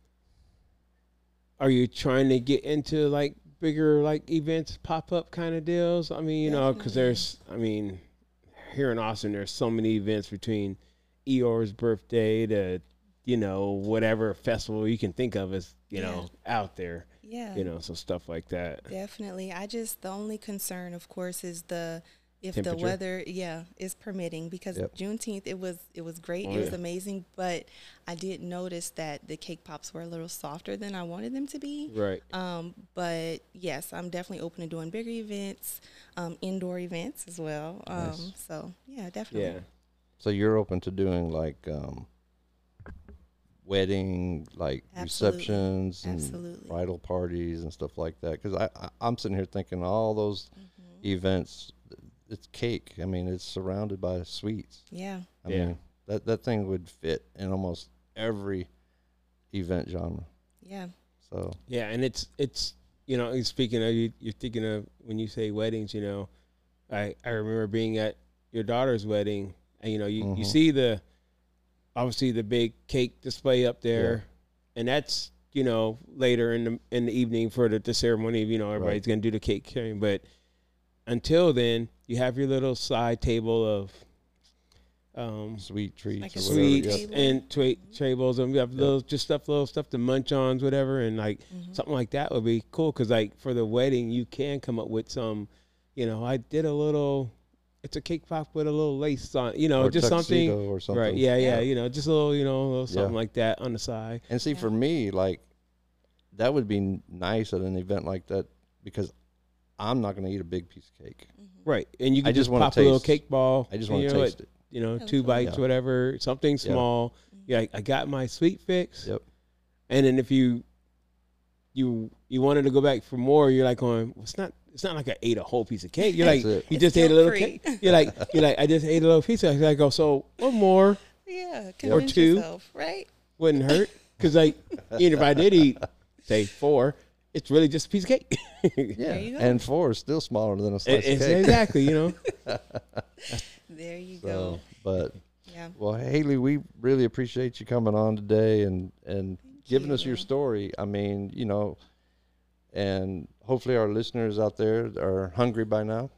Speaker 2: are you trying to get into like bigger like events, pop up kind of deals? I mean, you know, because
Speaker 3: Definitely.
Speaker 2: there's, I mean, here in Austin, there's so many events between Eeyore's birthday to you know whatever festival you can think of is you
Speaker 3: Yeah.
Speaker 2: know out there,
Speaker 3: yeah.
Speaker 2: you know, so stuff like that.
Speaker 3: Definitely. I just the only concern, of course, is the if the
Speaker 2: Temperature?
Speaker 3: weather, yeah, is permitting because
Speaker 1: Yep.
Speaker 3: Juneteenth it was it was great,
Speaker 2: Oh,
Speaker 3: it was
Speaker 2: yeah.
Speaker 3: amazing, but I did notice that the cake pops were a little softer than I wanted them to be.
Speaker 2: Right.
Speaker 3: Um, but yes, I'm definitely open to doing bigger events, um, indoor events as well. Um,
Speaker 1: Nice.
Speaker 3: so yeah, definitely.
Speaker 2: Yeah.
Speaker 1: So you're open to doing like um, wedding, like
Speaker 3: Absolutely.
Speaker 1: receptions, and
Speaker 3: Absolutely.
Speaker 1: bridal parties and stuff like that. Because I, I I'm sitting here thinking all those
Speaker 3: Mm-hmm.
Speaker 1: events, it's cake. I mean, it's surrounded by sweets.
Speaker 3: Yeah.
Speaker 1: I
Speaker 2: Yeah.
Speaker 1: mean, that that thing would fit in almost every event genre.
Speaker 3: Yeah.
Speaker 1: So
Speaker 2: Yeah, and it's it's you know and speaking of you, you're thinking of when you say weddings, you know, I I remember being at your daughter's wedding, and you know you you
Speaker 1: Mhm.
Speaker 2: see the obviously the big cake display up there, and that's you know later in the in the evening for the, the ceremony. You know everybody's gonna do the cake carrying, but until then you have your little side table of um
Speaker 1: sweet treats,
Speaker 3: Like
Speaker 1: or
Speaker 3: a
Speaker 1: whatever.
Speaker 3: sweet
Speaker 1: yeah.
Speaker 2: sweets
Speaker 3: Table.
Speaker 2: and twa- tables, and we have little just stuff, little stuff to munch on,
Speaker 1: Mm-hmm.
Speaker 2: whatever, and like something like that would be cool. Cause like for the wedding, you can come up with some, you know, I did a little. It's a cake pop with a little lace on, you know,
Speaker 1: or
Speaker 2: just something,
Speaker 1: tuxedo or something.
Speaker 2: right? Yeah, yeah,
Speaker 3: Yeah.
Speaker 2: you know, just a little, you know, a little something
Speaker 1: Yeah.
Speaker 2: like that on the side.
Speaker 1: And see,
Speaker 3: Yeah.
Speaker 1: for me, like that would be n- nice at an event like that because I'm not going to eat a big piece of cake.
Speaker 2: Right, and you
Speaker 1: I
Speaker 2: can
Speaker 1: just
Speaker 2: just,
Speaker 1: wanna
Speaker 2: pop a little
Speaker 1: taste-
Speaker 2: cake ball.
Speaker 1: I just
Speaker 2: and
Speaker 1: want
Speaker 2: you
Speaker 1: to
Speaker 2: know,
Speaker 1: taste
Speaker 2: it-
Speaker 1: it.
Speaker 2: You know,
Speaker 3: Oh,
Speaker 2: two
Speaker 3: cool.
Speaker 2: bites,
Speaker 1: Yeah.
Speaker 2: whatever, something
Speaker 1: Yeah.
Speaker 2: small.
Speaker 3: Mm.
Speaker 2: Yeah, I, I got my sweet fix.
Speaker 1: Yep.
Speaker 2: And then if you you you wanted to go back for more, you're like going, "Well, it's not it's not like I ate a whole piece of cake. You're
Speaker 1: That's
Speaker 2: like
Speaker 1: it.
Speaker 2: you
Speaker 3: It's
Speaker 2: just ate a
Speaker 3: guilt
Speaker 2: little
Speaker 3: free.
Speaker 2: cake. You're like you're like I just ate a little piece. I like go so one more
Speaker 3: Yeah, convince
Speaker 2: two.
Speaker 3: yourself, right?
Speaker 2: wouldn't hurt because like even if I did eat say four, it's really just a piece of cake.
Speaker 1: Yeah.
Speaker 3: you go.
Speaker 1: And four is still smaller than a slice
Speaker 2: It's-
Speaker 1: of cake.
Speaker 2: exactly, you know.
Speaker 3: There you
Speaker 1: So,
Speaker 3: go.
Speaker 1: but
Speaker 3: Yeah.
Speaker 1: well, Haley, we really appreciate you coming on today and and giving us your
Speaker 3: you.
Speaker 1: story. I mean, you know, and hopefully our listeners out there are hungry by now,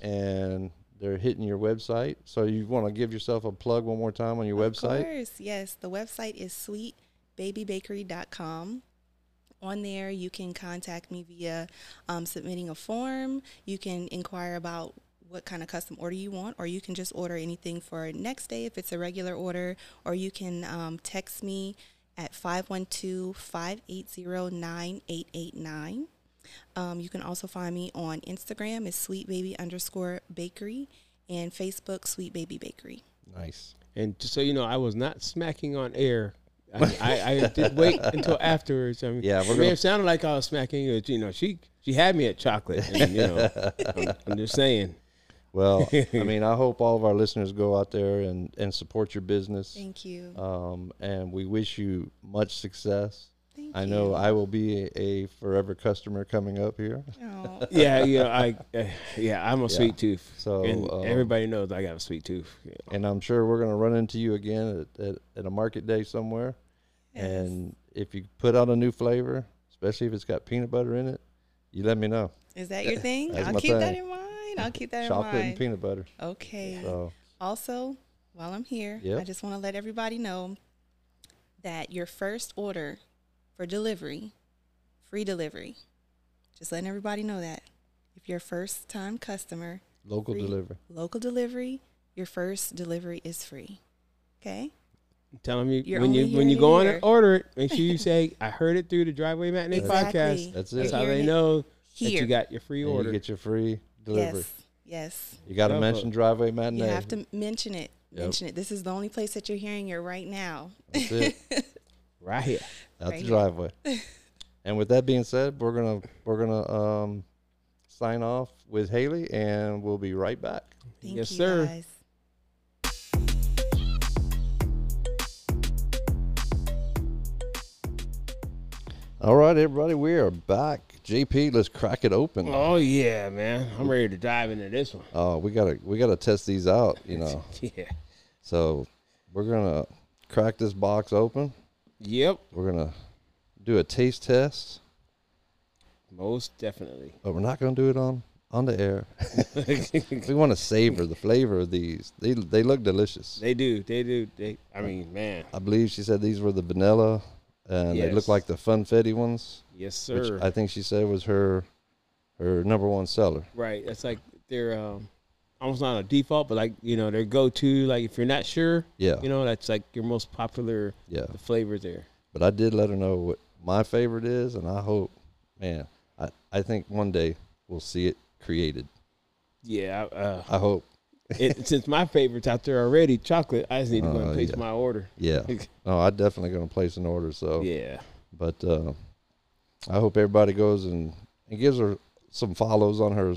Speaker 1: and they're hitting your website. So you want to give yourself a plug one more time on your website.
Speaker 3: Of course, yes. The website is sweetbabybakery.com. On there, you can contact me via um, submitting a form. You can inquire about what kind of custom order you want, or you can just order anything for next day if it's a regular order, or you can um, text me at 512 580 9889. Um, you can also find me on Instagram is sweetbaby underscore bakery and Facebook sweet baby bakery.
Speaker 1: Nice.
Speaker 2: And just so you know, I was not smacking on air. I, I, I did wait until afterwards. I mean,
Speaker 1: Yeah,
Speaker 2: yeah, it
Speaker 1: we're
Speaker 2: may
Speaker 1: gonna-
Speaker 2: have sounded like I was smacking you. but, You know, she she had me at chocolate. And, you know, I'm, I'm just saying.
Speaker 1: Well, I mean, I hope all of our listeners go out there and and support your business.
Speaker 3: Thank you.
Speaker 1: Um, and we wish you much success.
Speaker 3: Thank
Speaker 1: I
Speaker 3: you.
Speaker 1: know I will be a, a forever customer coming up here.
Speaker 3: Oh,
Speaker 2: Yeah, you know, I uh, yeah, I'm a sweet tooth.
Speaker 1: So,
Speaker 2: and
Speaker 1: um,
Speaker 2: everybody knows I got a sweet tooth. Yeah.
Speaker 1: and I'm sure we're going to run into you again at, at, at a market day somewhere. And if you put out a new flavor, especially if it's got peanut butter in it, you let me know.
Speaker 3: is that your thing?
Speaker 1: That's
Speaker 3: I'll
Speaker 1: my
Speaker 3: keep that
Speaker 1: thing.
Speaker 3: in mind. I'll keep that
Speaker 1: Chocolate
Speaker 3: in
Speaker 1: and
Speaker 3: mind.
Speaker 1: peanut butter.
Speaker 3: okay.
Speaker 1: So
Speaker 3: Also, while I'm here,
Speaker 1: Yep.
Speaker 3: I just want to let everybody know that your first order for delivery, free delivery. Just letting everybody know that. If you're a first time customer,
Speaker 1: local
Speaker 3: Free.
Speaker 1: delivery.
Speaker 3: local delivery, your first delivery is free. Okay?
Speaker 2: Tell them you,
Speaker 3: You're
Speaker 2: when
Speaker 3: only
Speaker 2: you when
Speaker 3: here
Speaker 2: you
Speaker 3: to
Speaker 2: go on
Speaker 3: hear.
Speaker 2: and order it, make sure you say I heard it through the driveway matinee
Speaker 3: Exactly.
Speaker 2: podcast.
Speaker 1: That's
Speaker 2: That's
Speaker 1: You're
Speaker 2: how
Speaker 3: hearing
Speaker 2: they
Speaker 3: it
Speaker 2: know that
Speaker 3: Here.
Speaker 2: you got your free
Speaker 1: And
Speaker 2: order.
Speaker 1: you get your free delivery.
Speaker 3: yes. Yes.
Speaker 1: You got to
Speaker 2: Love
Speaker 1: mention
Speaker 2: it.
Speaker 1: driveway matinee.
Speaker 3: You have to mention it.
Speaker 1: Yep.
Speaker 3: Mention it. This is the only place that you're hearing it right now.
Speaker 1: That's it.
Speaker 2: right here.
Speaker 1: Out
Speaker 3: Right
Speaker 1: the
Speaker 3: here.
Speaker 1: driveway. and with that being said, we're gonna we're gonna um, sign off with Haley, and we'll be right back.
Speaker 3: Thank
Speaker 2: Yes,
Speaker 3: you
Speaker 2: sir.
Speaker 3: guys.
Speaker 1: All right, everybody, we are back. JP, let's crack it open. Oh,
Speaker 2: Oh yeah, man. I'm ready to dive into this one.
Speaker 1: we gotta we gotta test these out, you know.
Speaker 2: Yeah.
Speaker 1: so we're gonna crack this box open.
Speaker 2: Yep.
Speaker 1: We're gonna do a taste test,
Speaker 2: Most definitely.
Speaker 1: but we're not gonna do it on on the air. we want to savor the flavor of these. They they look delicious.
Speaker 2: they do. They do. They. I mean, man.
Speaker 1: I believe she said these were the vanilla, and they look
Speaker 2: Yes.
Speaker 1: like the funfetti ones,
Speaker 2: Yes,
Speaker 1: which
Speaker 2: sir.
Speaker 1: I think she said was her her number one seller.
Speaker 2: right. That's like they're um, almost not a default, but like you know their go-to. Like if you're not sure,
Speaker 1: Yeah,
Speaker 2: you know that's like your most popular
Speaker 1: yeah.
Speaker 2: the flavor there.
Speaker 1: But I did let her know what my favorite is, and I hope, man, I I think one day we'll see it created.
Speaker 2: Yeah. I- Uh,
Speaker 1: I hope.
Speaker 2: it, since my favorites out there already, chocolate. I just need to go
Speaker 1: Oh,
Speaker 2: and place
Speaker 1: yeah.
Speaker 2: my order.
Speaker 1: Yeah. No, I definitely gonna place an order. So,
Speaker 2: yeah.
Speaker 1: but uh, I hope everybody goes and and gives her some follows on her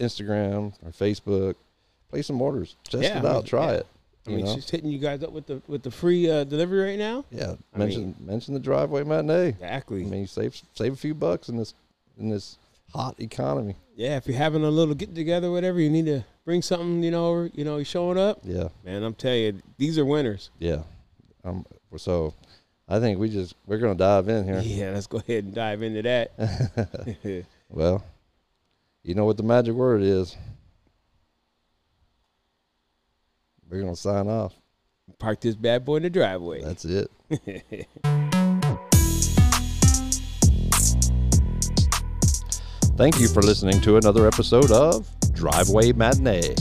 Speaker 1: Instagram or Facebook. Place some orders. Test
Speaker 2: Yeah, I
Speaker 1: it
Speaker 2: mean,
Speaker 1: out. Try
Speaker 2: yeah.
Speaker 1: it.
Speaker 2: I
Speaker 1: you
Speaker 2: mean,
Speaker 1: know?
Speaker 2: she's hitting you guys up with the with the free uh, delivery right now.
Speaker 1: Yeah,
Speaker 2: I
Speaker 1: mention mention the driveway matinee. I
Speaker 2: Exactly.
Speaker 1: mean, save save a few bucks in this in this hot economy.
Speaker 2: Yeah, if you're having a little get together, whatever, you need to bring something, you know, or, you know, you're showing up.
Speaker 1: Yeah,
Speaker 2: Man, I'm telling you, these are winners.
Speaker 1: yeah. Um, so I think we just we're gonna dive in
Speaker 2: Yeah,
Speaker 1: here.
Speaker 2: let's go ahead and dive into that.
Speaker 1: Well, you know what the magic word is. We're gonna sign off.
Speaker 2: Park this bad boy in the driveway.
Speaker 1: That's it. Thank you for listening to another episode of Driveway Matinee.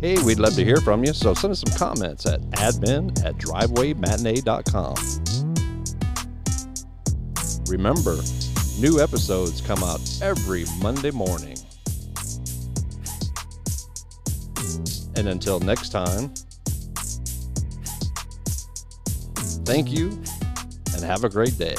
Speaker 1: Hey, we'd love to hear from you, so send us some comments at admin at drivewaymatinee.com. Remember, new episodes come out every Monday morning. And until next time, thank you and have a great day.